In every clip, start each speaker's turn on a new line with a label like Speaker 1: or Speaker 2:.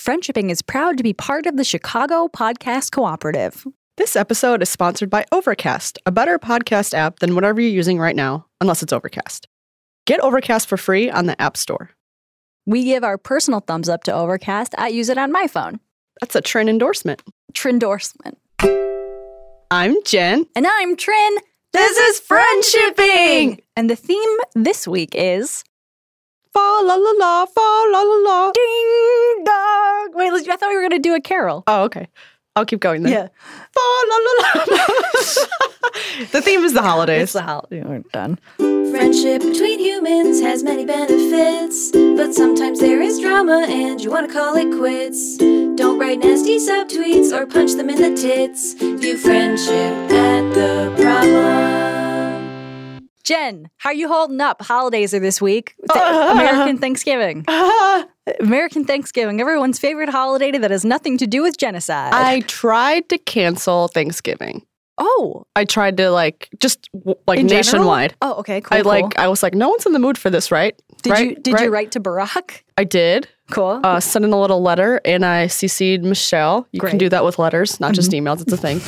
Speaker 1: Friendshipping is proud to be part of the Chicago Podcast Cooperative.
Speaker 2: This episode is sponsored by Overcast, a better podcast app than whatever you're using right now, unless it's Overcast. Get Overcast for free on the App Store.
Speaker 1: We give our personal thumbs up to Overcast. I use it on my phone.
Speaker 2: That's a Trin endorsement.
Speaker 1: Trindorsement.
Speaker 2: I'm Jen.
Speaker 1: And I'm Trin.
Speaker 2: This is Friendshipping!
Speaker 1: And the theme this week is
Speaker 2: Fa la la la, fa la la la.
Speaker 1: Ding Dong. Wait, I thought we were going to do a carol.
Speaker 2: Oh, okay. I'll keep going then. Fa la la la. the theme is the
Speaker 1: It's
Speaker 2: holidays.
Speaker 1: the holiday. We're done.
Speaker 3: Friendship between humans has many benefits, but sometimes there is drama and you want to call it quits. Don't write nasty subtweets or punch them in the tits. View friendship at the problem.
Speaker 1: Jen, how are you holding up? Holidays are this week. Th- American Thanksgiving.
Speaker 2: Ah,
Speaker 1: American Thanksgiving, everyone's favorite holiday that has nothing to do with genocide.
Speaker 2: I tried to cancel Thanksgiving.
Speaker 1: oh,
Speaker 2: I tried to like just w- like
Speaker 1: in general?
Speaker 2: nationwide.
Speaker 1: Oh, okay, cool.
Speaker 2: I like
Speaker 1: cool.
Speaker 2: I was like, no one's in the mood for this, right?
Speaker 1: Did
Speaker 2: right?
Speaker 1: you did you write to Barack?
Speaker 2: I did.
Speaker 1: Cool.
Speaker 2: Uh, sent in a little letter and I CC'd Michelle. You
Speaker 1: Great. Mm-hmm.
Speaker 2: can do that with letters, not just emails. It's a thing.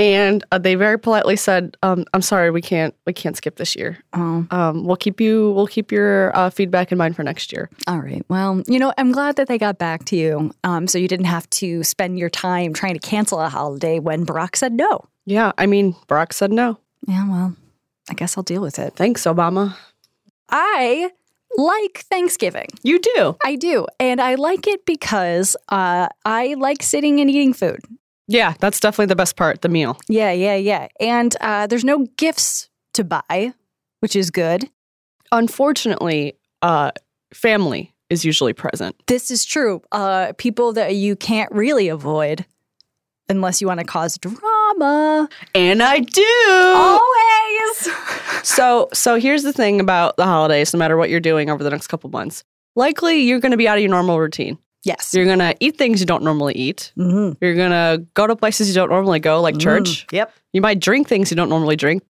Speaker 2: and uh, they very politely said, um, "I'm sorry, we can't we can't skip this year.
Speaker 1: oh,
Speaker 2: Um, we'll keep you we'll keep your uh, feedback in mind for next year."
Speaker 1: all right. Well, you know, I'm glad that they got back to you, um, so you didn't have to spend your time trying to cancel a holiday when Barack said no.
Speaker 2: Yeah, I mean, Barack said no.
Speaker 1: Yeah, well, I guess I'll deal with it.
Speaker 2: Thanks, Obama.
Speaker 1: I like Thanksgiving.
Speaker 2: You do.
Speaker 1: I do, and I like it because uh, I like sitting and eating food.
Speaker 2: Yeah, that's definitely the best part, the meal.
Speaker 1: Yeah, yeah, yeah. And uh, there's no gifts to buy, which is good.
Speaker 2: Unfortunately, uh, family is usually present.
Speaker 1: This is true. Uh, people that you can't really avoid unless you want to cause drama.
Speaker 2: And I do.
Speaker 1: Oh, Always.
Speaker 2: So, so here's the thing about the holidays. No matter what you're doing over the next couple months, likely you're going to be out of your normal routine.
Speaker 1: Yes.
Speaker 2: You're going to eat things you don't normally eat.
Speaker 1: Mhm.
Speaker 2: You're going to go to places you don't normally go, like church.
Speaker 1: Yep.
Speaker 2: You might drink things you don't normally drink.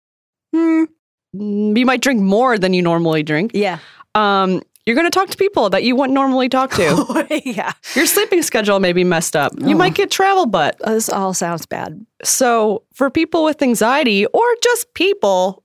Speaker 1: Mm,
Speaker 2: Mm, You might drink more than you normally drink.
Speaker 1: yeah.
Speaker 2: Um, you're going to talk to people that you wouldn't normally talk to.
Speaker 1: yeah.
Speaker 2: your sleeping schedule may be messed up. You
Speaker 1: Oh.
Speaker 2: might get travel butt.
Speaker 1: This all sounds bad.
Speaker 2: So, for people with anxiety or just people,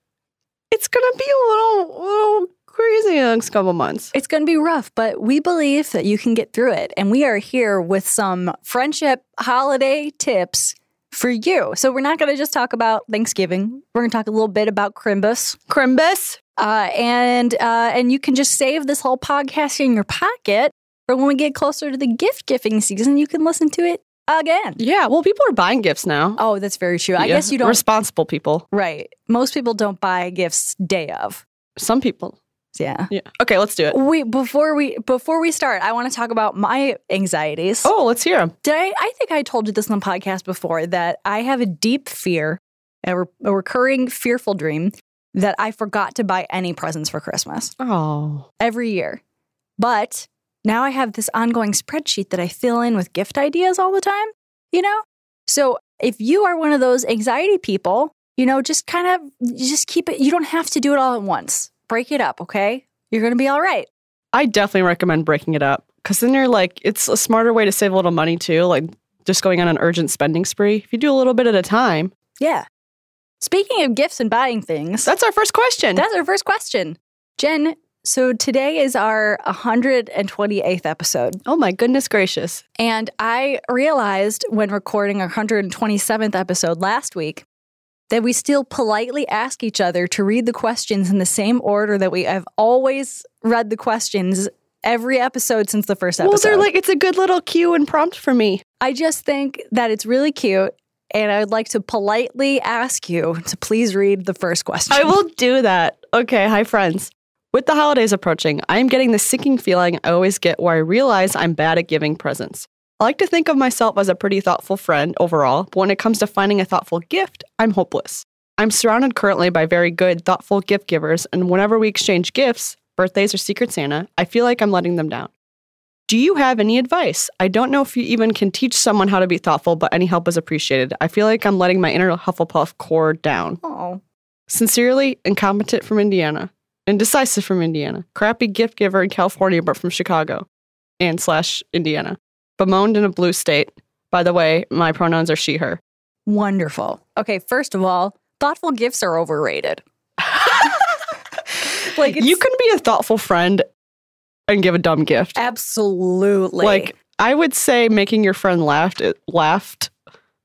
Speaker 2: it's going to be a little, little crazy in the next couple months.
Speaker 1: It's going to be rough, but we believe that you can get through it. And we are here with some friendship holiday tips for you. So we're not going to just talk about Thanksgiving. We're going to talk a little bit about Crimbus.
Speaker 2: Crimbus.
Speaker 1: uh, and uh, and you can just save this whole podcast in your pocket for when we get closer to the gift giving season. You can listen to it again.
Speaker 2: Yeah, well, people are buying gifts now.
Speaker 1: Oh, that's very true. I
Speaker 2: Yeah,
Speaker 1: guess you don't.
Speaker 2: Responsible people.
Speaker 1: right, most people don't buy gifts day of.
Speaker 2: Some people.
Speaker 1: Yeah.
Speaker 2: Yeah. Okay, let's do it.
Speaker 1: We before we before we start, I want to talk about my anxieties.
Speaker 2: Oh, let's hear them.
Speaker 1: Did I? I think I told you this on the podcast before that I have a deep fear, a, re- a recurring fearful dream that I forgot to buy any presents for Christmas.
Speaker 2: Oh.
Speaker 1: every year. But now I have this ongoing spreadsheet that I fill in with gift ideas all the time, you know? So if you are one of those anxiety people, you know, just kind of just keep it. You don't have to do it all at once. Break it up, okay? You're going to be all right.
Speaker 2: I definitely recommend breaking it up because then you're like, it's a smarter way to save a little money too, like just going on an urgent spending spree. If you do a little bit at a time,
Speaker 1: Yeah. Speaking of gifts and buying things,
Speaker 2: that's our first question.
Speaker 1: that's our first question. Jen, so today is our 128th episode.
Speaker 2: oh, my goodness gracious.
Speaker 1: And I realized when recording our 127th episode last week that we still politely ask each other to read the questions in the same order that we have always read the questions every episode since the first episode.
Speaker 2: Well, they're like, it's a good little cue and prompt for me.
Speaker 1: I just think that it's really cute. And I would like to politely ask you to please read the first question.
Speaker 2: I will do that. Okay, hi friends. With the holidays approaching, I am getting the sinking feeling I always get where I realize I'm bad at giving presents. I like to think of myself as a pretty thoughtful friend overall, but when it comes to finding a thoughtful gift, I'm hopeless. I'm surrounded currently by very good, thoughtful gift givers, and whenever we exchange gifts, birthdays or Secret Santa, I feel like I'm letting them down. Do you have any advice? I don't know if you even can teach someone how to be thoughtful, but any help is appreciated. I feel like I'm letting my inner Hufflepuff core down.
Speaker 1: Oh,
Speaker 2: Sincerely, incompetent from Indiana. Indecisive from Indiana. Crappy gift giver in California, but from Chicago and slash Indiana. bemoaned in a blue state. By the way, my pronouns are she, her.
Speaker 1: Wonderful. Okay, first of all, thoughtful gifts are overrated. like it's
Speaker 2: you can be a thoughtful friend and give a dumb gift.
Speaker 1: absolutely
Speaker 2: Like I would say, making your friend laughed it laughed.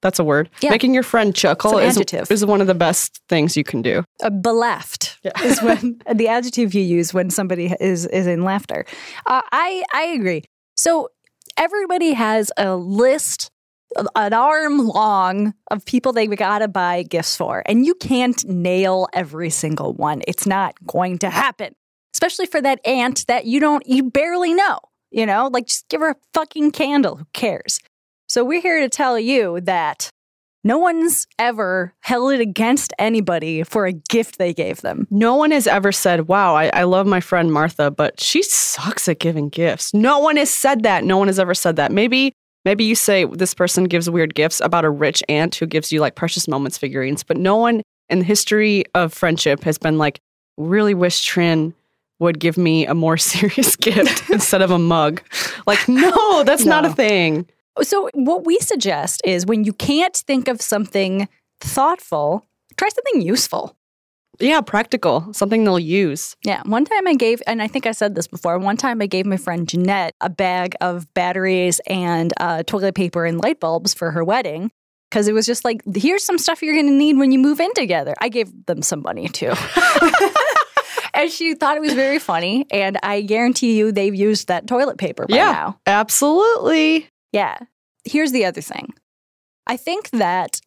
Speaker 2: That's a word.
Speaker 1: Yeah.
Speaker 2: Making your friend chuckle
Speaker 1: It's an
Speaker 2: is,
Speaker 1: adjective.
Speaker 2: is one of the best things you can do.
Speaker 1: a uh, beleft
Speaker 2: Yeah.
Speaker 1: is when the adjective you use when somebody is is in laughter. Uh, I I agree. So everybody has a list, uh, an arm long of people they gotta buy gifts for, and you can't nail every single one. It's not going to happen, especially for that aunt that you don't you barely know. You know, like just give her a fucking candle. Who cares? So we're here to tell you that no one's ever held it against anybody for a gift they gave them.
Speaker 2: No one has ever said, Wow, I, I love my friend Martha, but she sucks at giving gifts. No one has said that. No one has ever said that. Maybe maybe you say this person gives weird gifts about a rich aunt who gives you like precious moments figurines, but no one in the history of friendship has been like, really wish Trin would give me a more serious gift instead of a mug. Like, no, that's not a
Speaker 1: No.
Speaker 2: thing.
Speaker 1: So, what we suggest is when you can't think of something thoughtful, try something useful.
Speaker 2: Yeah, practical, something they'll use.
Speaker 1: Yeah. One time I gave, and I think I said this before, one time I gave my friend Jeanette a bag of batteries and uh, toilet paper and light bulbs for her wedding because it was just like, here's some stuff you're going to need when you move in together. I gave them some money too. and she thought it was very funny. And I guarantee you they've used that toilet paper by
Speaker 2: Yeah.
Speaker 1: now.
Speaker 2: Absolutely.
Speaker 1: Yeah. Here's the other thing I think that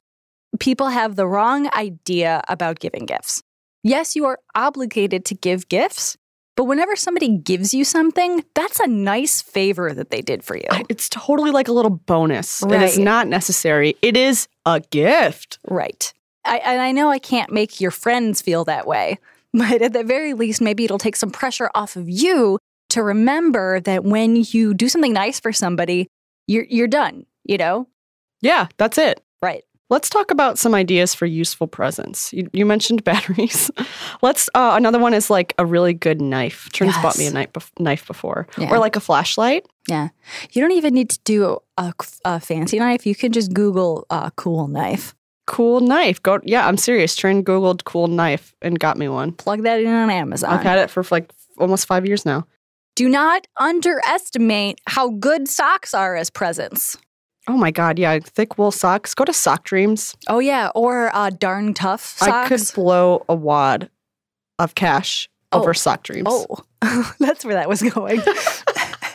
Speaker 1: people have the wrong idea about giving gifts. Yes, you are obligated to give gifts, but whenever somebody gives you something, that's a nice favor that they did for you.
Speaker 2: It's totally like a little bonus. It is
Speaker 1: Right.
Speaker 2: not necessary. It is a gift.
Speaker 1: right. I, and I know I can't make your friends feel that way, but at the very least, maybe it'll take some pressure off of you to remember that when you do something nice for somebody, you're, you're done, you know?
Speaker 2: Yeah, that's it.
Speaker 1: Right.
Speaker 2: Let's talk about some ideas for useful presents. You, you mentioned batteries. Let's. Uh, another one is like a really good knife. Trin's bought me a
Speaker 1: Yes.
Speaker 2: knife, bef- knife before,
Speaker 1: Yeah.
Speaker 2: or like a flashlight.
Speaker 1: You don't even need to do a, a fancy knife. You can just Google uh, cool knife,
Speaker 2: Cool knife. Go. Yeah, I'm serious. Trin googled cool knife and got me one.
Speaker 1: plug that in on Amazon.
Speaker 2: I've had it for like almost five years now.
Speaker 1: Do not underestimate how good socks are as presents.
Speaker 2: Oh my god. Yeah, thick wool socks. Go to Sock Dreams.
Speaker 1: Oh, yeah. Or uh, darn tough
Speaker 2: I could
Speaker 1: socks.
Speaker 2: blow a wad of cash
Speaker 1: Oh.
Speaker 2: over Sock Dreams.
Speaker 1: oh, that's where that was going.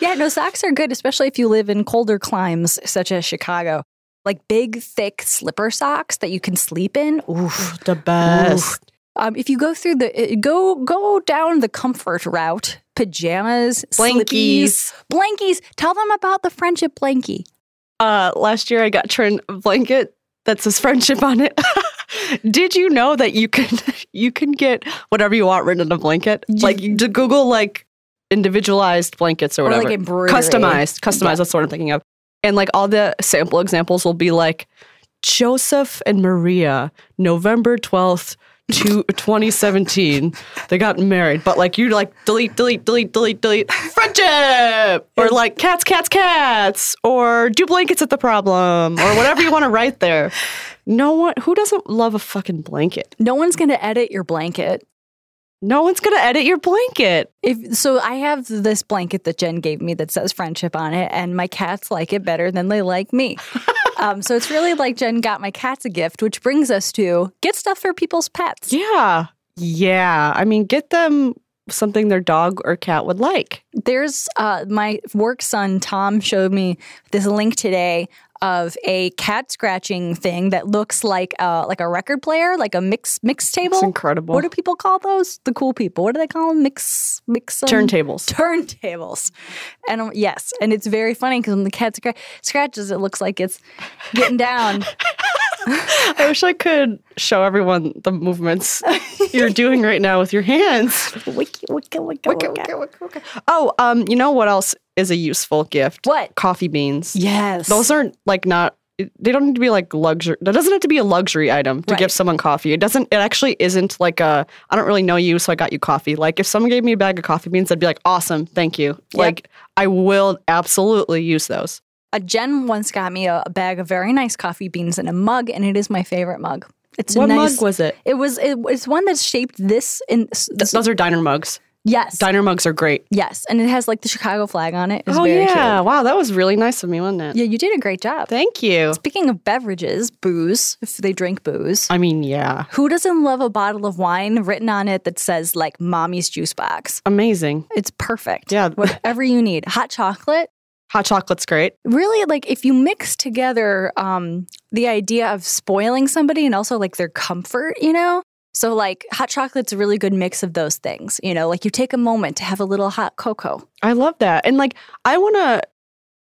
Speaker 1: yeah, no, socks are good, especially if you live in colder climes such as Chicago. Like big, thick slipper socks that you can sleep in. Oof.
Speaker 2: the best.
Speaker 1: Um, if you go through the uh, go go down the comfort route, pajamas, slippies,
Speaker 2: Blankies.
Speaker 1: blankies. Tell them about the friendship blankie.
Speaker 2: Uh, last year I got Trin a blanket that says friendship on it. Did you know that you can you can get whatever you want written on a blanket?
Speaker 1: You-
Speaker 2: like you just Google like individualized blankets or
Speaker 1: Or
Speaker 2: whatever.
Speaker 1: like embroidery.
Speaker 2: customized, customized. That's what I'm thinking of. And like all the sample examples will be like Joseph and Maria, November twelfth. to 2017 they got married but like you like delete delete delete delete delete friendship or like cats cats cats or do blankets at the problem or whatever you want to write there no one who doesn't love a fucking blanket
Speaker 1: No one's going to edit your blanket.
Speaker 2: no one's gonna edit your blanket
Speaker 1: If so, I have this blanket that Jen gave me that says friendship on it, and my cats like it better than they like me. um, so it's really like Jen got my cats a gift, which brings us to get stuff for people's pets.
Speaker 2: Yeah. Yeah. I mean, get them something their dog or cat would like.
Speaker 1: There's uh, my work son Tom showed me this link today of a cat scratching thing that looks like uh, like a record player, like a mix mix
Speaker 2: It's
Speaker 1: table.
Speaker 2: incredible.
Speaker 1: What do people call those? The cool people. What do they call them? Mix mix um,
Speaker 2: Turntables.
Speaker 1: turntables. And um, yes, and it's very funny because when the cat scra- scratches, it looks like it's getting down.
Speaker 2: I wish I could show everyone the movements you're doing right now with your hands.
Speaker 1: wiki wiki wiki wiki.
Speaker 2: Oh, um, you know what else is a useful gift?
Speaker 1: What?
Speaker 2: Coffee beans.
Speaker 1: Yes,
Speaker 2: Those are like not it- they don't need to be like luxury. That doesn't have to be a luxury item to
Speaker 1: Right.
Speaker 2: give someone coffee. It doesn't. It actually isn't like a. I don't really know you, so I got you coffee. Like if someone gave me a bag of coffee beans, I'd be like, awesome, thank you. Like I will absolutely use those.
Speaker 1: A Jen once got me a, a bag of very nice coffee beans in a mug, and it is my favorite mug. It's a
Speaker 2: what
Speaker 1: nice.
Speaker 2: mug was it?
Speaker 1: it was it, it's one that's shaped this in
Speaker 2: Th-
Speaker 1: this,
Speaker 2: those are diner mugs.
Speaker 1: yes
Speaker 2: Diner mugs are great.
Speaker 1: yes, and it has like the Chicago flag on it. It's
Speaker 2: oh
Speaker 1: very
Speaker 2: yeah! Wow, that was really nice of me, wasn't it?
Speaker 1: cute. Yeah, you did a great job.
Speaker 2: Thank you.
Speaker 1: Speaking of beverages, booze. If they drink booze,
Speaker 2: I mean, yeah,
Speaker 1: who doesn't love a bottle of wine written on it that says like "Mommy's Juice Box"?
Speaker 2: amazing.
Speaker 1: It's perfect.
Speaker 2: Yeah.
Speaker 1: whatever you need. Hot chocolate.
Speaker 2: Hot chocolate's great.
Speaker 1: really like if you mix together um, the idea of spoiling somebody and also like their comfort, you know? So like hot chocolate's a really good mix of those things, you know, like you take a moment to have a little hot cocoa.
Speaker 2: I love that. And like, I want to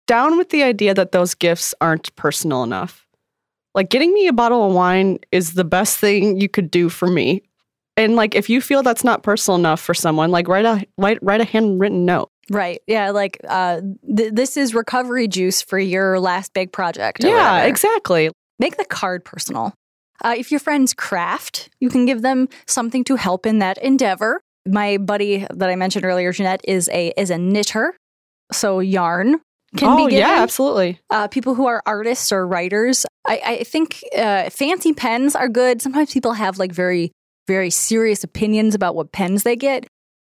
Speaker 2: down with the idea that those gifts aren't personal enough. Like, getting me a bottle of wine is the best thing you could do for me. And like, if you feel that's not personal enough for someone, like, write a write, write a handwritten note.
Speaker 1: Right. Yeah, like uh th- this is recovery juice for your last big project. or
Speaker 2: yeah,
Speaker 1: whatever.
Speaker 2: exactly.
Speaker 1: Make the card personal. Uh, if your friends craft, you can give them something to help in that endeavor. My buddy that I mentioned earlier, Jeanette, is a is a knitter, so yarn can
Speaker 2: oh
Speaker 1: be given.
Speaker 2: yeah, absolutely.
Speaker 1: uh, people who are artists or writers. I, I think uh, fancy pens are good. Sometimes people have like very, very serious opinions about what pens they get.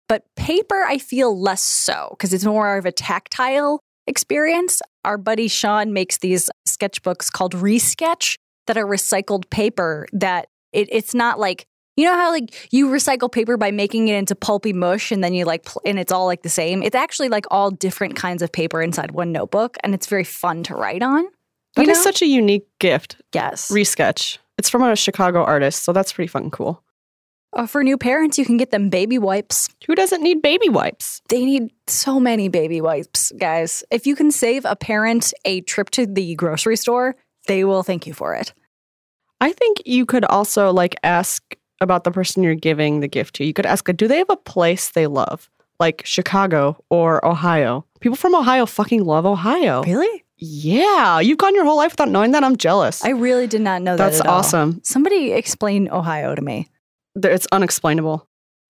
Speaker 1: But paper, I feel less so because it's more of a tactile experience. Our buddy Sean makes these sketchbooks called Resketch that are recycled paper that it, it's not like, you know how like you recycle paper by making it into pulpy mush and then you like pl- and it's all like the same. It's actually like all different kinds of paper inside one notebook and it's very fun to write on.
Speaker 2: That is
Speaker 1: you know?
Speaker 2: such a unique gift.
Speaker 1: yes.
Speaker 2: Resketch. It's from a Chicago artist, so that's pretty fucking cool.
Speaker 1: Uh, for new parents, you can get them baby wipes.
Speaker 2: Who doesn't need baby wipes?
Speaker 1: They need so many baby wipes, guys. If you can save a parent a trip to the grocery store, they will thank you for it.
Speaker 2: I think you could also like ask about the person you're giving the gift to. You could ask, do they have a place they love, like Chicago or Ohio? People from Ohio fucking love Ohio.
Speaker 1: Really?
Speaker 2: Yeah, you've gone your whole life without knowing that. I'm jealous.
Speaker 1: I really did not know that.
Speaker 2: That's
Speaker 1: at all.
Speaker 2: awesome.
Speaker 1: Somebody explain Ohio to me.
Speaker 2: There- It's unexplainable.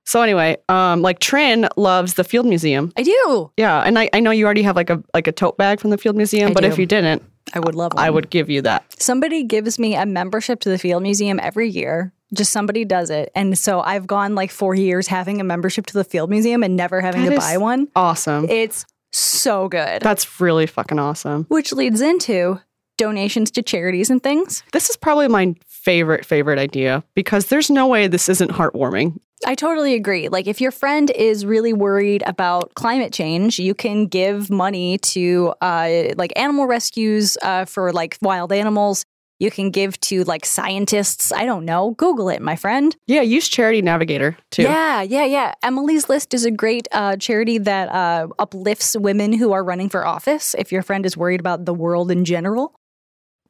Speaker 2: So anyway, um, like Trin loves the Field Museum.
Speaker 1: I do.
Speaker 2: Yeah, and I, I know you already have like a like a tote bag from the Field Museum,
Speaker 1: I
Speaker 2: but
Speaker 1: do. Um,
Speaker 2: if you didn't,
Speaker 1: I would love
Speaker 2: I
Speaker 1: one.
Speaker 2: would give you that.
Speaker 1: Somebody gives me a membership to the Field Museum every year. Just somebody does it. And so I've gone like four years having a membership to the Field Museum and never having
Speaker 2: That
Speaker 1: to
Speaker 2: is-
Speaker 1: buy one.
Speaker 2: Awesome.
Speaker 1: It's so good.
Speaker 2: That's really fucking awesome.
Speaker 1: Which leads into donations to charities and things.
Speaker 2: This is probably my favorite, favorite idea because there's no way this isn't heartwarming.
Speaker 1: I totally agree. Like, if your friend is really worried about climate change, you can give money to uh, like animal rescues uh, for like wild animals. You can give to like scientists. I don't know. Google it, my friend.
Speaker 2: Yeah, use Charity Navigator too.
Speaker 1: Yeah, yeah, yeah. Emily's List is a great uh, charity that uh, uplifts women who are running for office. If your friend is worried about the world in general,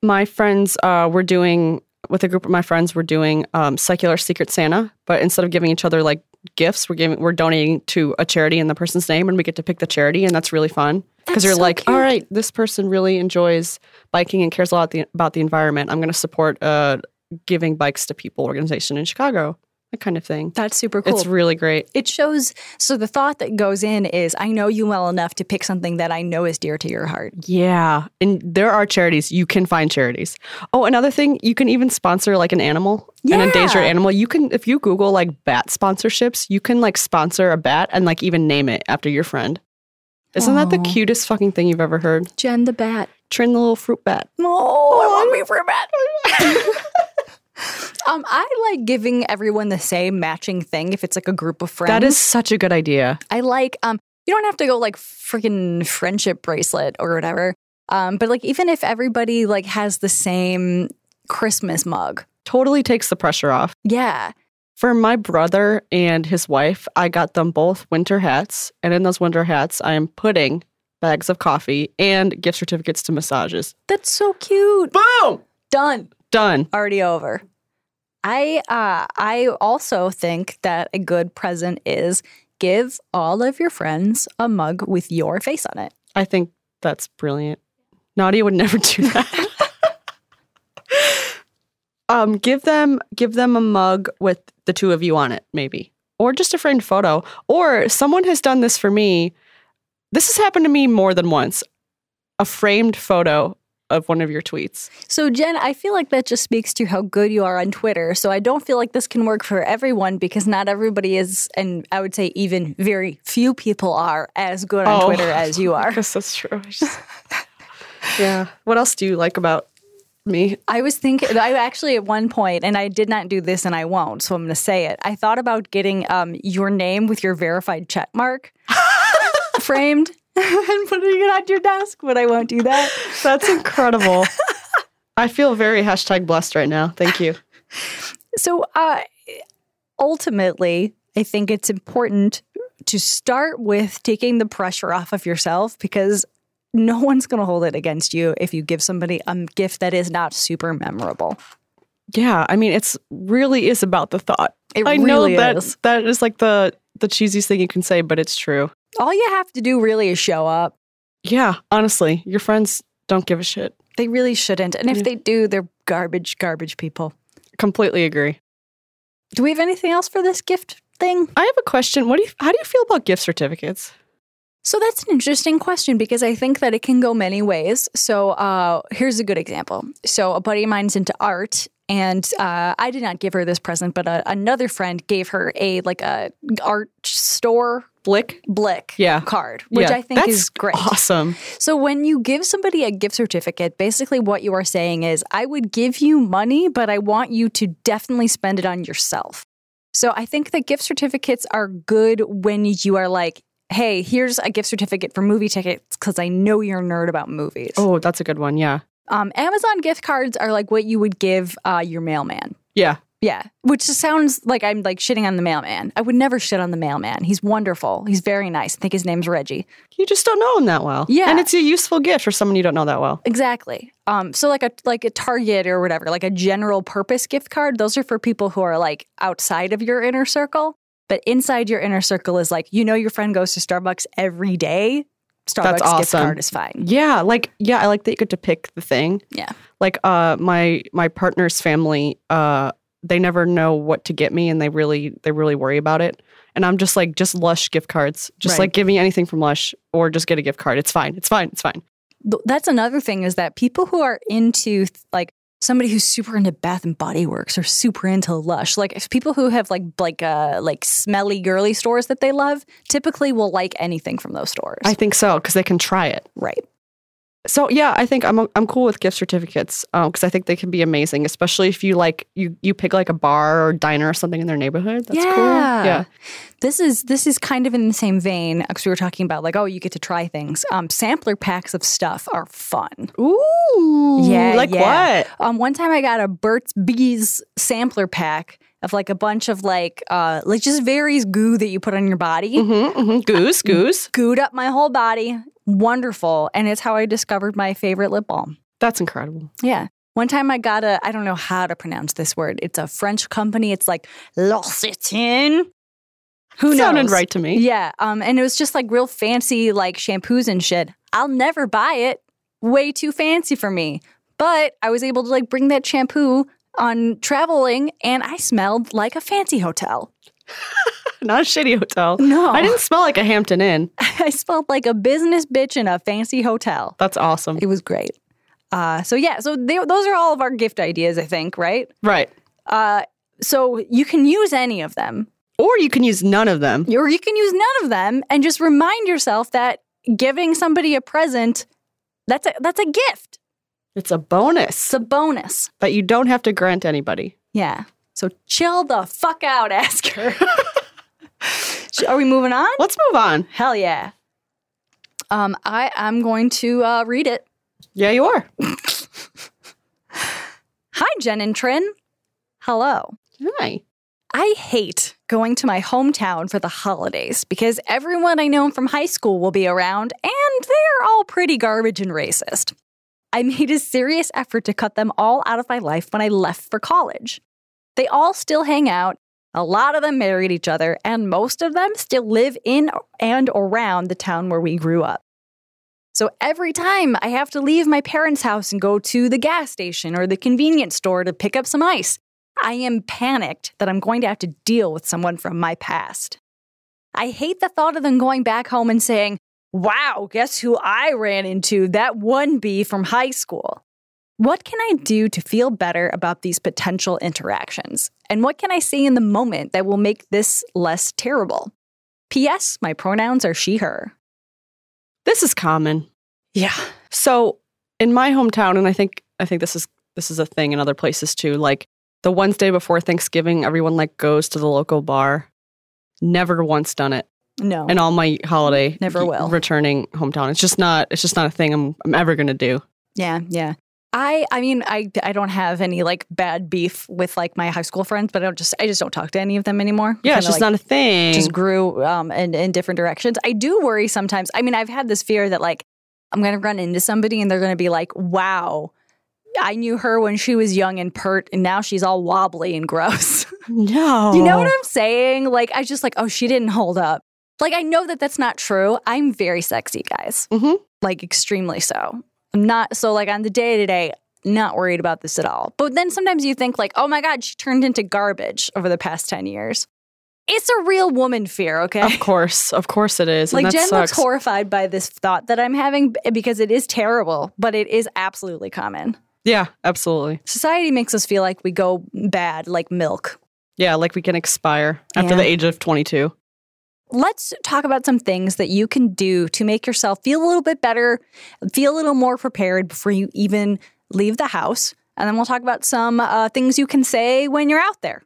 Speaker 2: My friends uh, were doing, with a group of my friends, we're doing um, Secular Secret Santa, but instead of giving each other like gifts, we're giving, we're donating to a charity in the person's name and we get to pick the charity. And that's really fun because
Speaker 1: That's
Speaker 2: you're
Speaker 1: so
Speaker 2: like,
Speaker 1: cute.
Speaker 2: all right, this person really enjoys biking and cares a lot the, about the environment. I'm going to support a giving bikes to people organization in Chicago, that kind of thing.
Speaker 1: that's super cool.
Speaker 2: It's really great.
Speaker 1: it shows. So the thought that goes in is, I know you well enough to pick something that I know is dear to your heart.
Speaker 2: Yeah. And there are charities. You can find charities. Oh, another thing, you can even sponsor like an animal, an
Speaker 1: Yeah.
Speaker 2: endangered animal. You can, if you Google like bat sponsorships, you can like sponsor a bat and like even name it after your friend. Isn't that the
Speaker 1: Aw.
Speaker 2: cutest fucking thing you've ever heard?
Speaker 1: Jen the bat.
Speaker 2: Trin the little fruit bat.
Speaker 1: Oh, I want me for a bat. um, I like giving everyone the same matching thing if it's like a group of friends.
Speaker 2: That is such a good idea.
Speaker 1: I like um you don't have to go like freaking friendship bracelet or whatever. Um, but like even if everybody like has the same Christmas mug.
Speaker 2: Totally takes the pressure off.
Speaker 1: Yeah.
Speaker 2: For my brother and his wife, I got them both winter hats. And in those winter hats, I am putting bags of coffee and gift certificates to massages.
Speaker 1: That's so cute.
Speaker 2: Boom!
Speaker 1: Done.
Speaker 2: Done.
Speaker 1: Already over. I uh I also think that a good present is give all of your friends a mug with your face on it.
Speaker 2: I think that's brilliant. Nadia would never do that. Um, give them give them a mug with the two of you on it, maybe, or just a framed photo. Or someone has done this for me. This has happened to me more than once. A framed photo of one of your tweets.
Speaker 1: So, Jen, I feel like that just speaks to how good you are on Twitter. So, I don't feel like this can work for everyone because not everybody is, and I would say even very few people are as good on
Speaker 2: Oh.
Speaker 1: Twitter as you are.
Speaker 2: Yes, that's true. I just- yeah. What else do you like about me?
Speaker 1: I was thinking, I actually at one point, and I did not do this and I won't, so I'm going to say it. I thought about getting um, your name with your verified check mark framed and putting it on your desk, but I won't do that.
Speaker 2: That's incredible. I feel very hashtag blessed right now. Thank you.
Speaker 1: So uh, ultimately, I think it's important to start with taking the pressure off of yourself because no one's going to hold it against you if you give somebody a gift that is not super memorable.
Speaker 2: Yeah, I mean, it's really is about the thought.
Speaker 1: It
Speaker 2: I know
Speaker 1: really
Speaker 2: that
Speaker 1: is.
Speaker 2: that is like the the cheesiest thing you can say, but it's true.
Speaker 1: All you have to do really is show up.
Speaker 2: Yeah, honestly, your friends don't give a shit.
Speaker 1: They really shouldn't. And if
Speaker 2: Yeah.
Speaker 1: they do, they're garbage, garbage people.
Speaker 2: Completely agree.
Speaker 1: Do we have anything else for this gift thing?
Speaker 2: I have a question. What do you? How do you feel about gift certificates?
Speaker 1: So that's an interesting question because I think that it can go many ways. So uh, here's a good example. So a buddy of mine's into art, and uh, I did not give her this present, but uh another friend gave her a like a art store
Speaker 2: Blick.
Speaker 1: blick
Speaker 2: Yeah.
Speaker 1: card, which
Speaker 2: Yeah,
Speaker 1: I think
Speaker 2: that's
Speaker 1: is great.
Speaker 2: Awesome.
Speaker 1: So when you give somebody a gift certificate, basically what you are saying is, I would give you money, but I want you to definitely spend it on yourself. So I think that gift certificates are good when you are like, hey, here's a gift certificate for movie tickets because I know you're a nerd about movies.
Speaker 2: Oh, that's a good one. Yeah.
Speaker 1: Um, Amazon gift cards are like what you would give uh, your mailman.
Speaker 2: Yeah.
Speaker 1: Yeah, which just sounds like I'm like shitting on the mailman. I would never shit on the mailman. He's wonderful. He's very nice. I think his name's Reggie.
Speaker 2: You just don't know them that well.
Speaker 1: Yeah.
Speaker 2: And it's a useful gift for someone you don't know that well.
Speaker 1: Exactly. Um, so like a like a Target or whatever, like a general purpose gift card. Those are for people who are like outside of your inner circle. But inside your inner circle is like you know your friend goes to Starbucks every day. Starbucks gift
Speaker 2: awesome.
Speaker 1: card is fine.
Speaker 2: Yeah, like yeah, I like that you get to pick the thing.
Speaker 1: Yeah.
Speaker 2: Like uh my my partner's family, uh they never know what to get me and they really they really worry about it. And I'm just like just Lush gift cards. Just
Speaker 1: Right.
Speaker 2: like give me anything from Lush or just get a gift card. It's fine. It's fine. It's fine.
Speaker 1: Th- That's another thing is that people who are into th- like somebody who's super into Bath and Body Works or super into Lush, like if people who have like like uh like smelly girly stores that they love, typically will like anything from those stores.
Speaker 2: I think so cuz they can try it.
Speaker 1: right.
Speaker 2: So yeah, I think I'm I'm cool with gift certificates because I think they can be amazing, especially if you like you you pick like a bar or diner or something in their neighborhood. That's cool. Yeah,
Speaker 1: This is this is kind of in the same vein because we were talking about like oh you get to try things. Um, sampler packs of stuff are fun.
Speaker 2: Ooh,
Speaker 1: Yeah,
Speaker 2: like
Speaker 1: yeah.
Speaker 2: what?
Speaker 1: Um, one time I got a Burt's Bees sampler pack of like a bunch of like uh like just various goo that you put on your body.
Speaker 2: Mm-hmm, mm-hmm. Goose, goose.
Speaker 1: Gooed up my whole body. Wonderful, and it's how I discovered my favorite lip balm.
Speaker 2: That's incredible.
Speaker 1: Yeah. One time I got a I don't know how to pronounce this word. It's a French company. It's like L'Occitane. Who knows?
Speaker 2: Sounded right to me.
Speaker 1: Yeah. Um, and it was just like real fancy like shampoos and shit. I'll never buy it. Way too fancy for me. But I was able to like bring that shampoo on traveling and I smelled like a fancy hotel.
Speaker 2: Not a shitty hotel.
Speaker 1: No.
Speaker 2: I didn't smell like a Hampton Inn.
Speaker 1: I smelled like a business bitch in a fancy hotel.
Speaker 2: That's awesome.
Speaker 1: It was great. Uh, so yeah, so they, those are all of our gift ideas, I think, right?
Speaker 2: Right.
Speaker 1: Uh, so you can use any of them.
Speaker 2: Or you can use none of them.
Speaker 1: or you can use none of them and just remind yourself that giving somebody a present that's a that's a gift
Speaker 2: It's a bonus
Speaker 1: it's a bonus
Speaker 2: that you don't have to grant anybody.
Speaker 1: yeah so chill the fuck out asker are we moving on
Speaker 2: Let's move on.
Speaker 1: hell yeah um i i'm going to uh read it
Speaker 2: Yeah, you are.
Speaker 1: hi jen and trin hello
Speaker 2: Hi.
Speaker 1: I hate going to my hometown for the holidays because everyone I know from high school will be around and they're all pretty garbage and racist. I made a serious effort to cut them all out of my life when I left for college. They all still hang out, a lot of them married each other, and most of them still live in and around the town where we grew up. So every time I have to leave my parents' house and go to the gas station or the convenience store to pick up some ice, I am panicked that I'm going to have to deal with someone from my past. I hate the thought of them going back home and saying, Wow, guess who I ran into? That one bee from high school. What can I do to feel better about these potential interactions? And what can I say in the moment that will make this less terrible? P.S. My pronouns are she, her.
Speaker 2: This is common.
Speaker 1: Yeah.
Speaker 2: So in my hometown, and I think I think this is this is a thing in other places too. Like the Wednesday before Thanksgiving, everyone like goes to the local bar. Never once done it.
Speaker 1: No.
Speaker 2: And all my holiday
Speaker 1: Never will.
Speaker 2: returning hometown. It's just not it's just not a thing I'm I'm ever gonna do.
Speaker 1: Yeah, yeah. I I mean I I don't have any like bad beef with like my high school friends, but I don't just I just don't talk to any of them anymore.
Speaker 2: Yeah, it's just not a thing.
Speaker 1: just grew um in, in different directions. I do worry sometimes. I mean, I've had this fear that like I'm gonna run into somebody and they're gonna be like, wow. I knew her when she was young and pert, and now she's all wobbly and gross.
Speaker 2: no.
Speaker 1: You know what I'm saying? Like, I just like, oh, she didn't hold up. Like, I know that that's not true. I'm very sexy, guys.
Speaker 2: Mhm.
Speaker 1: Like, extremely so. I'm not, so like on the day to day, not worried about this at all. But then sometimes you think, like, oh my God, she turned into garbage over the past 10 years. It's a real woman fear, okay?
Speaker 2: Of course. Of course it is.
Speaker 1: Like,
Speaker 2: and that
Speaker 1: Jen looks
Speaker 2: sucks.
Speaker 1: horrified by this thought that I'm having b- because it is terrible, but it is absolutely common.
Speaker 2: yeah, absolutely.
Speaker 1: Society makes us feel like we go bad like milk
Speaker 2: Yeah, like we can expire after
Speaker 1: Yeah.
Speaker 2: the age of 22.
Speaker 1: Let's talk about some things that you can do to make yourself feel a little bit better, feel a little more prepared before you even leave the house. And then we'll talk about some uh, things you can say when you're out there.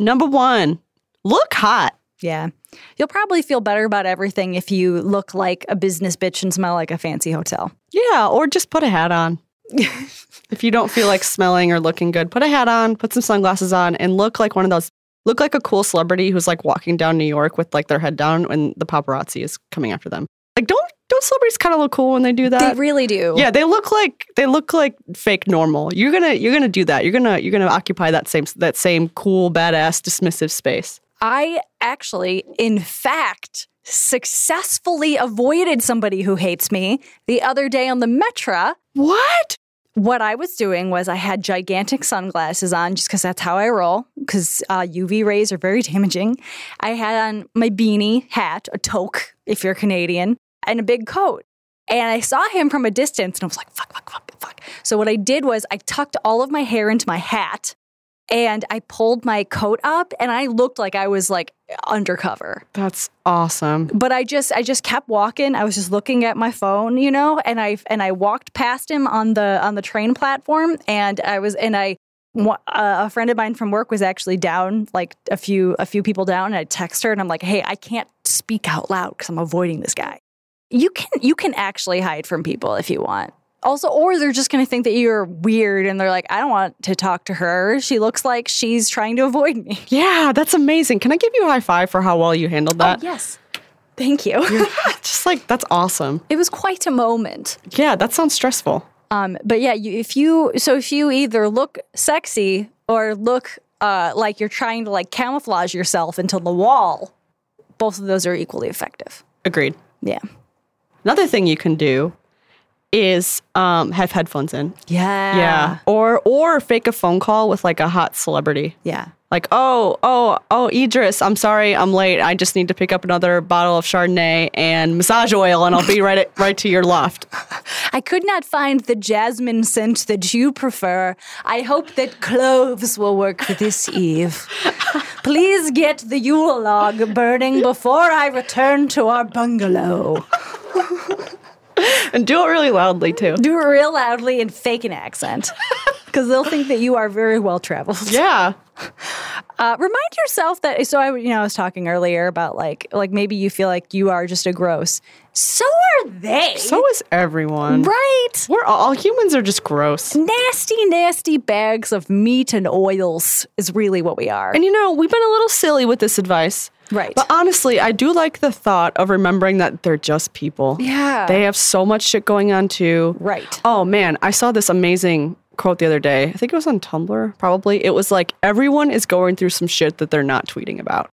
Speaker 2: Number one, look hot.
Speaker 1: Yeah. You'll probably feel better about everything if you look like a business bitch and smell like a fancy hotel.
Speaker 2: Yeah, or just put a hat on. if you don't feel like smelling or looking good, put a hat on, put some sunglasses on, and look like one of those. Look like a cool celebrity who's like walking down New York with like their head down, and the paparazzi is coming after them. Like, don't don't celebrities kind of look cool when they do
Speaker 1: They
Speaker 2: that?
Speaker 1: really do.
Speaker 2: yeah, they look like they look like fake normal. You're gonna you're gonna do that. You're gonna you're gonna occupy that same that same cool badass dismissive space.
Speaker 1: I actually, in fact, successfully avoided somebody who hates me the other day on the Metra.
Speaker 2: What?
Speaker 1: what I was doing was I had gigantic sunglasses on just because that's how I roll, because uh, UV rays are very damaging. I had on my beanie hat, a toque, if you're Canadian, and a big coat. And I saw him from a distance and I was like, fuck, fuck, fuck, fuck. So what I did was I tucked all of my hair into my hat and I pulled my coat up and I looked like I was like undercover
Speaker 2: That's awesome.
Speaker 1: but I just I just kept walking. I was just looking at my phone, you know, and I and I walked past him on the on the train platform, and I was and I wa- uh, a friend of mine from work was actually down like a few a few people down, and I text her and I'm like, hey, I can't speak out loud because I'm avoiding this guy. You can you can actually hide from people if you want. Also, or they're just going to think that you're weird, and they're like, I don't want to talk to her. She looks like she's trying to avoid me.
Speaker 2: Yeah, that's amazing. Can I give you a high five for how well you handled that?
Speaker 1: yes, thank you.
Speaker 2: Just like that's awesome.
Speaker 1: It was quite a moment.
Speaker 2: Yeah, that sounds stressful.
Speaker 1: Um, but yeah, you, if you so if you either look sexy or look uh, like you're trying to like camouflage yourself into the wall, both of those are equally effective.
Speaker 2: Agreed.
Speaker 1: Yeah.
Speaker 2: Another thing you can do is um, have headphones in.
Speaker 1: Yeah.
Speaker 2: Yeah. Or or fake a phone call with like a hot celebrity.
Speaker 1: Yeah.
Speaker 2: Like, oh, oh, oh, Idris, I'm sorry, I'm late. I just need to pick up another bottle of Chardonnay and massage oil, and I'll be right at, right to your loft.
Speaker 1: I could not find the jasmine scent that you prefer. I hope that cloves will work for this eve. Please get the Yule log burning before I return to our bungalow.
Speaker 2: And do it really loudly too.
Speaker 1: Do it real loudly and fake an accent because they'll think that you are very well traveled.
Speaker 2: Yeah.
Speaker 1: Uh, remind yourself that. So I, you know, I was talking earlier about like, like maybe you feel like you are just a gross. So are they,
Speaker 2: So is everyone.
Speaker 1: right?
Speaker 2: We're all, all humans are just gross.
Speaker 1: Nasty, nasty bags of meat and oils is really what we are,
Speaker 2: And you know, we've been a little silly with this advice.
Speaker 1: right?
Speaker 2: But honestly, I do like the thought of remembering that they're just people.
Speaker 1: Yeah.
Speaker 2: They have so much shit going on too.
Speaker 1: Right.
Speaker 2: Oh man, I saw this amazing quote the other day. I think it was on Tumblr, probably. It was like, everyone is going through some shit that they're not tweeting about.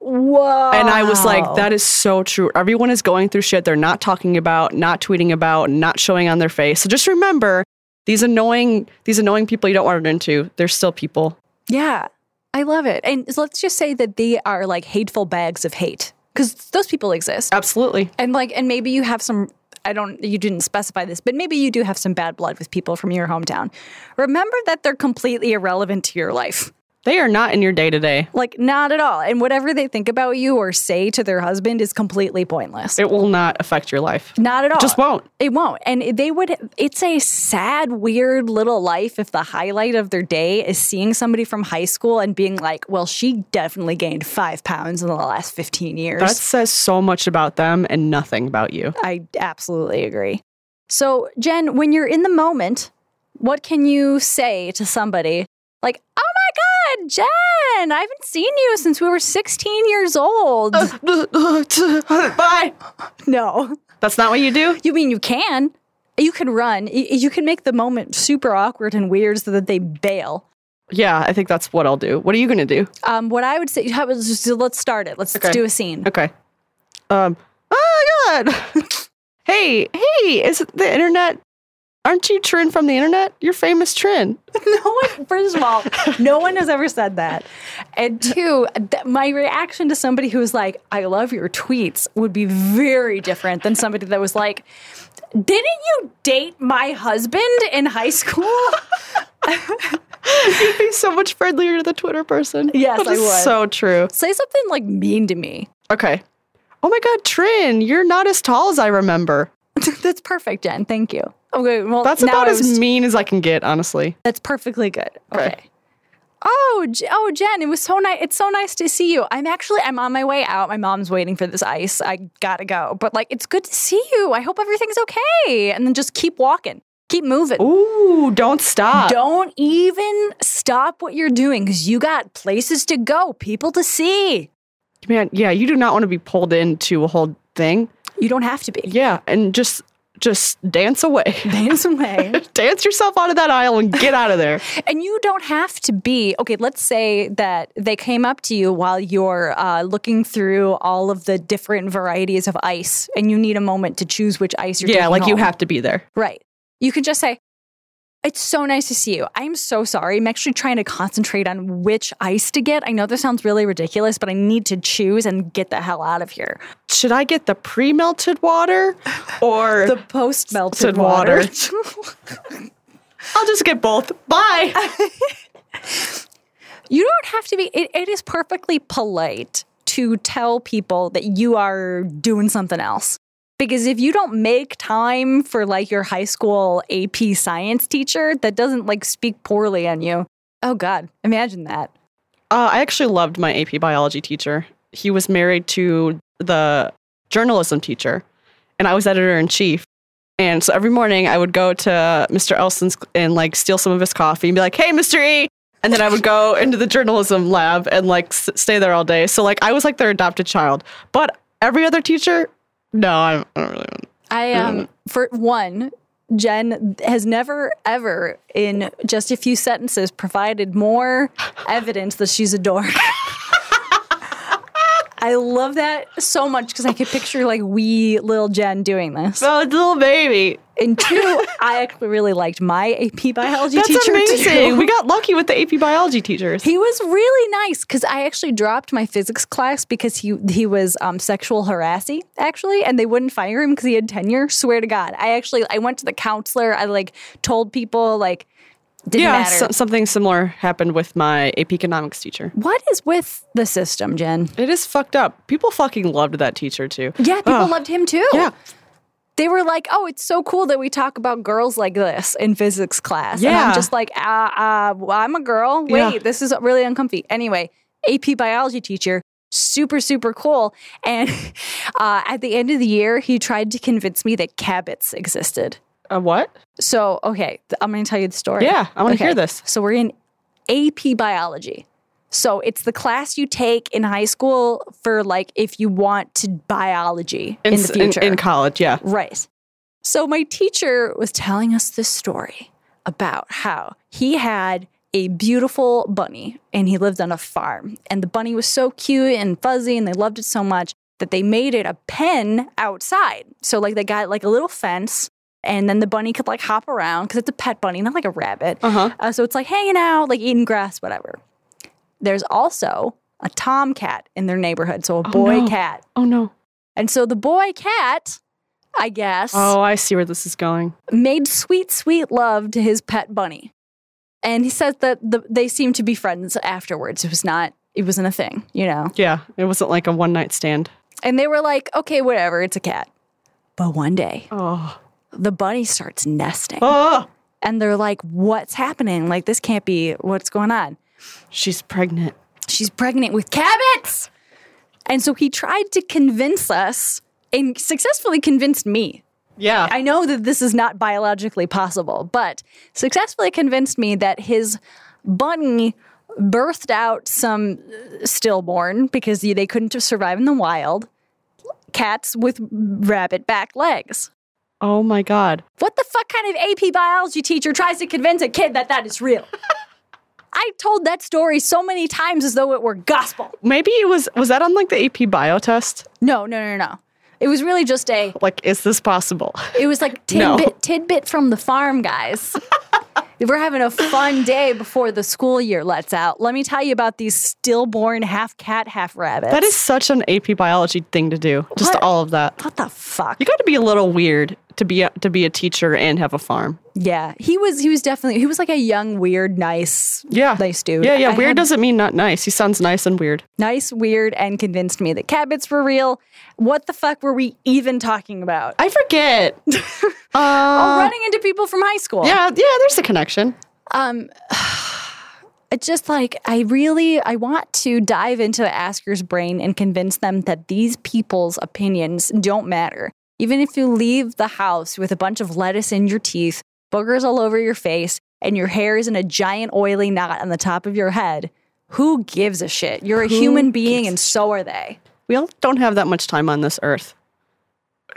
Speaker 1: Whoa.
Speaker 2: And I was like, that is so true. Everyone is going through shit they're not talking about, not tweeting about, not showing on their face. So just remember these annoying these annoying people you don't want to run into, they're still people.
Speaker 1: Yeah, I love it. And so let's just say that they are like hateful bags of hate because those people exist.
Speaker 2: Absolutely.
Speaker 1: And like, and maybe you have some, I don't, you didn't specify this, but maybe you do have some bad blood with people from your hometown. Remember that they're completely irrelevant to your life.
Speaker 2: They are not in your day to day.
Speaker 1: Like, not at all. And whatever they think about you or say to their husband is completely pointless.
Speaker 2: It will not affect your life.
Speaker 1: not at all.
Speaker 2: Just won't.
Speaker 1: It won't. And they would, it's a sad, weird little life if the highlight of their day is seeing somebody from high school and being like, well, she definitely gained five pounds in the last 15 years.
Speaker 2: That says so much about them and nothing about you.
Speaker 1: I absolutely agree. So, Jen, when you're in the moment, what can you say to somebody like, oh my God, Jen, I haven't seen you since we were 16 years old?
Speaker 2: Oh, Bye.
Speaker 1: no.
Speaker 2: That's not what you do.
Speaker 1: You mean you can? You can run. Y- You can make the moment super awkward and weird so that they bail.
Speaker 2: Yeah, I think that's what I'll do. What are you gonna do?
Speaker 1: Um, what I would say, how about just- let's start it. Let's
Speaker 2: Okay.
Speaker 1: do a scene.
Speaker 2: Okay. Um. Oh my god. hey, hey! Is it the internet? Aren't you Trin from the internet? You're famous Trin.
Speaker 1: No one, first of all, no one has ever said that. And two, th- my reaction to somebody who was like, I love your tweets would be very different than somebody that was like, Didn't you date my husband in high school?
Speaker 2: You'd be so much friendlier to the Twitter person.
Speaker 1: Yes,
Speaker 2: That
Speaker 1: I
Speaker 2: is
Speaker 1: would.
Speaker 2: So true.
Speaker 1: Say something like mean to me.
Speaker 2: Okay. Oh my god, Trin, you're not as tall as I remember.
Speaker 1: That's perfect, Jen. Thank you. Okay, well,
Speaker 2: That's
Speaker 1: now
Speaker 2: about
Speaker 1: I
Speaker 2: as
Speaker 1: was-
Speaker 2: mean as I can get, honestly.
Speaker 1: That's perfectly good. Okay.
Speaker 2: Okay.
Speaker 1: Oh, J- oh, Jen, it was so nice. It's so nice to see you. I'm actually I'm on my way out. My mom's waiting for this ice. I gotta go. But like, it's good to see you. I hope everything's okay. And then just keep walking, keep moving.
Speaker 2: Ooh, don't stop.
Speaker 1: Don't even stop what you're doing because you got places to go, people to see.
Speaker 2: Man, yeah, you do not want to be pulled into a whole thing.
Speaker 1: You don't have to be.
Speaker 2: Yeah, and just just dance away.
Speaker 1: Dance away.
Speaker 2: dance yourself out of that aisle and get out of there.
Speaker 1: And you don't have to be okay. Let's say that they came up to you while you're uh, looking through all of the different varieties of ice, and you need a moment to choose which ice you're.
Speaker 2: yeah,
Speaker 1: taking
Speaker 2: like you
Speaker 1: home.
Speaker 2: have to be there.
Speaker 1: Right. You can just say, "It's so nice to see you. I'm so sorry. I'm actually trying to concentrate on which ice to get. I know this sounds really ridiculous, but I need to choose and get the hell out of here."
Speaker 2: Should I get the pre-melted water or
Speaker 1: The post melted
Speaker 2: Said
Speaker 1: water.
Speaker 2: water. I'll just get both. Bye.
Speaker 1: you don't have to be it, it is perfectly polite to tell people that you are doing something else because if you don't make time for like your high school ap science teacher that doesn't like speak poorly on you oh god imagine that
Speaker 2: Uh, I actually loved my AP biology teacher. He was married to the journalism teacher, and I was editor in chief. And so every morning I would go to Mr. Elson's and like steal some of his coffee and be like, "Hey, Mr. E." And then I would go into the journalism lab and like s- stay there all day. So like I was like their adopted child. But every other teacher, no, I'm, I don't really.
Speaker 1: I um for one, Jen has never ever in just a few sentences provided more evidence that she's a dork. I love that so much because I could picture like wee little Jen doing this.
Speaker 2: Oh, it's a little baby.
Speaker 1: And two, I actually really liked my AP biology
Speaker 2: That's
Speaker 1: teacher. too.
Speaker 2: amazing. We got lucky with the AP biology teachers.
Speaker 1: He was really nice because I actually dropped my physics class because he he was um, sexual harassing actually, and they wouldn't fire him because he had tenure. Swear to God, I actually I went to the counselor. I like told people like didn't
Speaker 2: Yeah,
Speaker 1: matter.
Speaker 2: so- something similar happened with my AP economics teacher.
Speaker 1: what is with the system, Jen?
Speaker 2: It is fucked up. People fucking loved that teacher too.
Speaker 1: Yeah, people
Speaker 2: Ugh.
Speaker 1: loved him too.
Speaker 2: Yeah.
Speaker 1: They were like, "Oh, it's so cool that we talk about girls like this in physics class." And I'm
Speaker 2: Yeah.
Speaker 1: just like, "Ah, uh, well, I'm a girl. Wait,
Speaker 2: Yeah.
Speaker 1: this is really uncomfy." Anyway, AP biology teacher, super super cool. And uh, at the end of the year, he tried to convince me that Cabots existed.
Speaker 2: A what?
Speaker 1: So, okay, th- I'm going to tell you the story.
Speaker 2: Yeah, I wanna
Speaker 1: Okay.
Speaker 2: hear this.
Speaker 1: So, we're in AP biology. So, it's the class you take in high school for like if you want to biology in, the
Speaker 2: s-
Speaker 1: future.
Speaker 2: In, college, yeah.
Speaker 1: Right. So my teacher was telling us this story about how he had a beautiful bunny and he lived on a farm. And the bunny was so cute and fuzzy and they loved it so much that they made it a pen outside. So like they got like a little fence and then the bunny could like hop around because it's a pet bunny, not like a rabbit.
Speaker 2: Uh huh.
Speaker 1: Uh, so it's like hanging out, like eating grass, whatever. There's also a tomcat in their neighborhood, so a
Speaker 2: Oh,
Speaker 1: boy
Speaker 2: no.
Speaker 1: cat.
Speaker 2: Oh no.
Speaker 1: And so the boy cat, I guess,
Speaker 2: Oh, I see where this is going.
Speaker 1: made sweet, sweet love to his pet bunny. And he says that the, they seemed to be friends afterwards. It was not, it wasn't a thing, you know?
Speaker 2: Yeah, it wasn't like a one night stand.
Speaker 1: And they were like, okay, whatever, it's a cat. But one day,
Speaker 2: Oh.
Speaker 1: the bunny starts nesting.
Speaker 2: Oh.
Speaker 1: And they're like, what's happening? Like, this can't be what's going on.
Speaker 2: She's pregnant.
Speaker 1: she's pregnant with Cabot's. And so he tried to convince us and successfully convinced me.
Speaker 2: Yeah.
Speaker 1: I know that this is not biologically possible, but successfully convinced me that his bunny birthed out some uh, stillborn because they couldn't survive in the wild cats with rabbit back legs.
Speaker 2: oh my God.
Speaker 1: What the fuck kind of AP biology teacher tries to convince a kid that that is real? I told that story so many times as though it were gospel.
Speaker 2: Maybe it was, was that on like the AP bio test?
Speaker 1: No, no, no, no. It was really just a.
Speaker 2: Like, is this possible?
Speaker 1: It was like
Speaker 2: No.
Speaker 1: tidbit, tidbit from the farm, guys. We're having a fun day before the school year lets out. Let me tell you about these stillborn half cat, half rabbits.
Speaker 2: That is such an AP biology thing to do. Just
Speaker 1: What?
Speaker 2: all of that.
Speaker 1: what the fuck.
Speaker 2: You got to be a little weird to be a, to be a teacher and have a farm.
Speaker 1: Yeah, he was. He was definitely. He was like a young, weird, nice,
Speaker 2: Yeah.
Speaker 1: nice dude.
Speaker 2: Yeah, yeah.
Speaker 1: I
Speaker 2: weird
Speaker 1: had-
Speaker 2: doesn't mean not nice. He sounds nice and weird.
Speaker 1: nice, weird, and convinced me that Cabot's were real. What the fuck were we even talking about?
Speaker 2: I forget. uh,
Speaker 1: Oh, running into people from high school.
Speaker 2: yeah, yeah. There's a connection.
Speaker 1: Um, it's just like I really I want to dive into the asker's brain and convince them that these people's opinions don't matter. Even if you leave the house with a bunch of lettuce in your teeth, boogers all over your face, and your hair is in a giant oily knot on the top of your head, who gives a shit? You're a
Speaker 2: Who
Speaker 1: human being, and so are they.
Speaker 2: We all don't have that much time on this earth.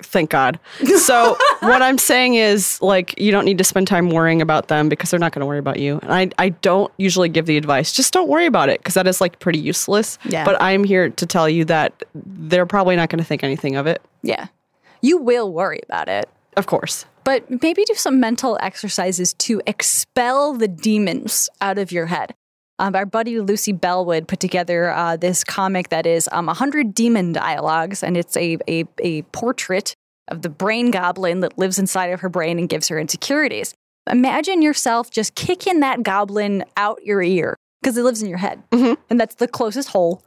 Speaker 2: Thank God. So what I'm saying is, like, you don't need to spend time worrying about them because they're not going to worry about you. And I, I don't usually give the advice. Just don't worry about it because that is like pretty useless.
Speaker 1: Yeah.
Speaker 2: But I'm here to tell you that they're probably not going to think anything of it.
Speaker 1: Yeah, you will worry about it.
Speaker 2: Of course.
Speaker 1: But maybe do some mental exercises to expel the demons out of your head. Um, our buddy Lucy Bellwood put together uh, this comic that is um, 100 Demon Dialogues, and it's a, a, a portrait of the brain goblin that lives inside of her brain and gives her insecurities. Imagine yourself just kicking that goblin out your ear because it lives in your head,
Speaker 2: Mhm.
Speaker 1: and that's the closest hole.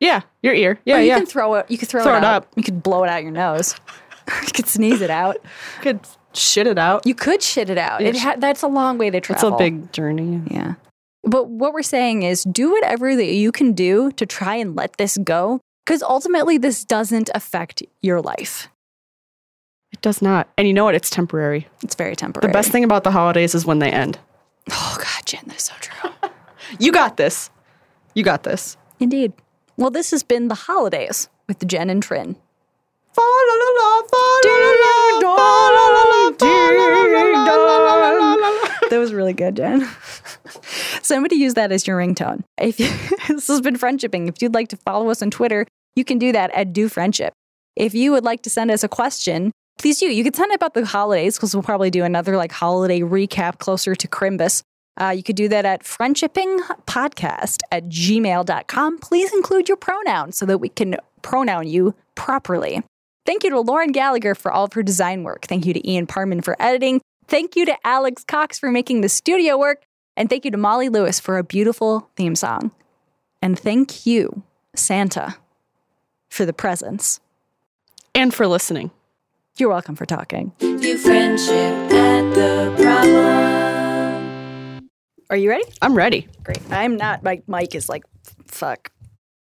Speaker 2: Yeah, your ear.
Speaker 1: Or
Speaker 2: Yeah,
Speaker 1: you
Speaker 2: yeah.
Speaker 1: can throw it. You could throw,
Speaker 2: Throw
Speaker 1: it
Speaker 2: it
Speaker 1: out.
Speaker 2: up.
Speaker 1: You could blow it out your nose. you could sneeze it out.
Speaker 2: could shit it out.
Speaker 1: You could shit it out. It
Speaker 2: Yeah, sh-
Speaker 1: ha- that's a long way to
Speaker 2: It's a
Speaker 1: travel.
Speaker 2: big journey.
Speaker 1: yeah. But what we're saying is do whatever that you can do to try and let this go because ultimately this doesn't affect your life.
Speaker 2: It does not. And you know what? It's temporary.
Speaker 1: It's very temporary.
Speaker 2: The best thing about the holidays is when they end.
Speaker 1: Oh god, Jen, that's so true.
Speaker 2: You got this. You got this.
Speaker 1: Indeed. Well, this has been the holidays with Jen and Trin.
Speaker 2: Fa la la la, fa la la la, fa la la la, fa la la la la la la la la la.
Speaker 1: That was really good, Jen. Somebody use that as your ringtone. If you, this has been friendshipping, if you'd like to follow us on Twitter, you can do that at Do Friendship. If you would like to send us a question, please do. You could send it about the holidays because we'll probably do another like holiday recap closer to Crimbus. Uh, you could do that at friendshippingpodcast at gmail.com. Please include your pronouns so that we can pronoun you properly. Thank you to Lauren Gallagher for all of her design work. Thank you to Ian Parman for editing. Thank you to Alex Cox for making the studio work. And thank you to Molly Lewis for a beautiful theme song. And thank you, Santa, for the presents.
Speaker 2: And for listening.
Speaker 1: You're welcome for talking.
Speaker 3: View friendship at the problem.
Speaker 1: Are you ready?
Speaker 2: I'm ready.
Speaker 1: Great. I'm not. My mic is like, fuck.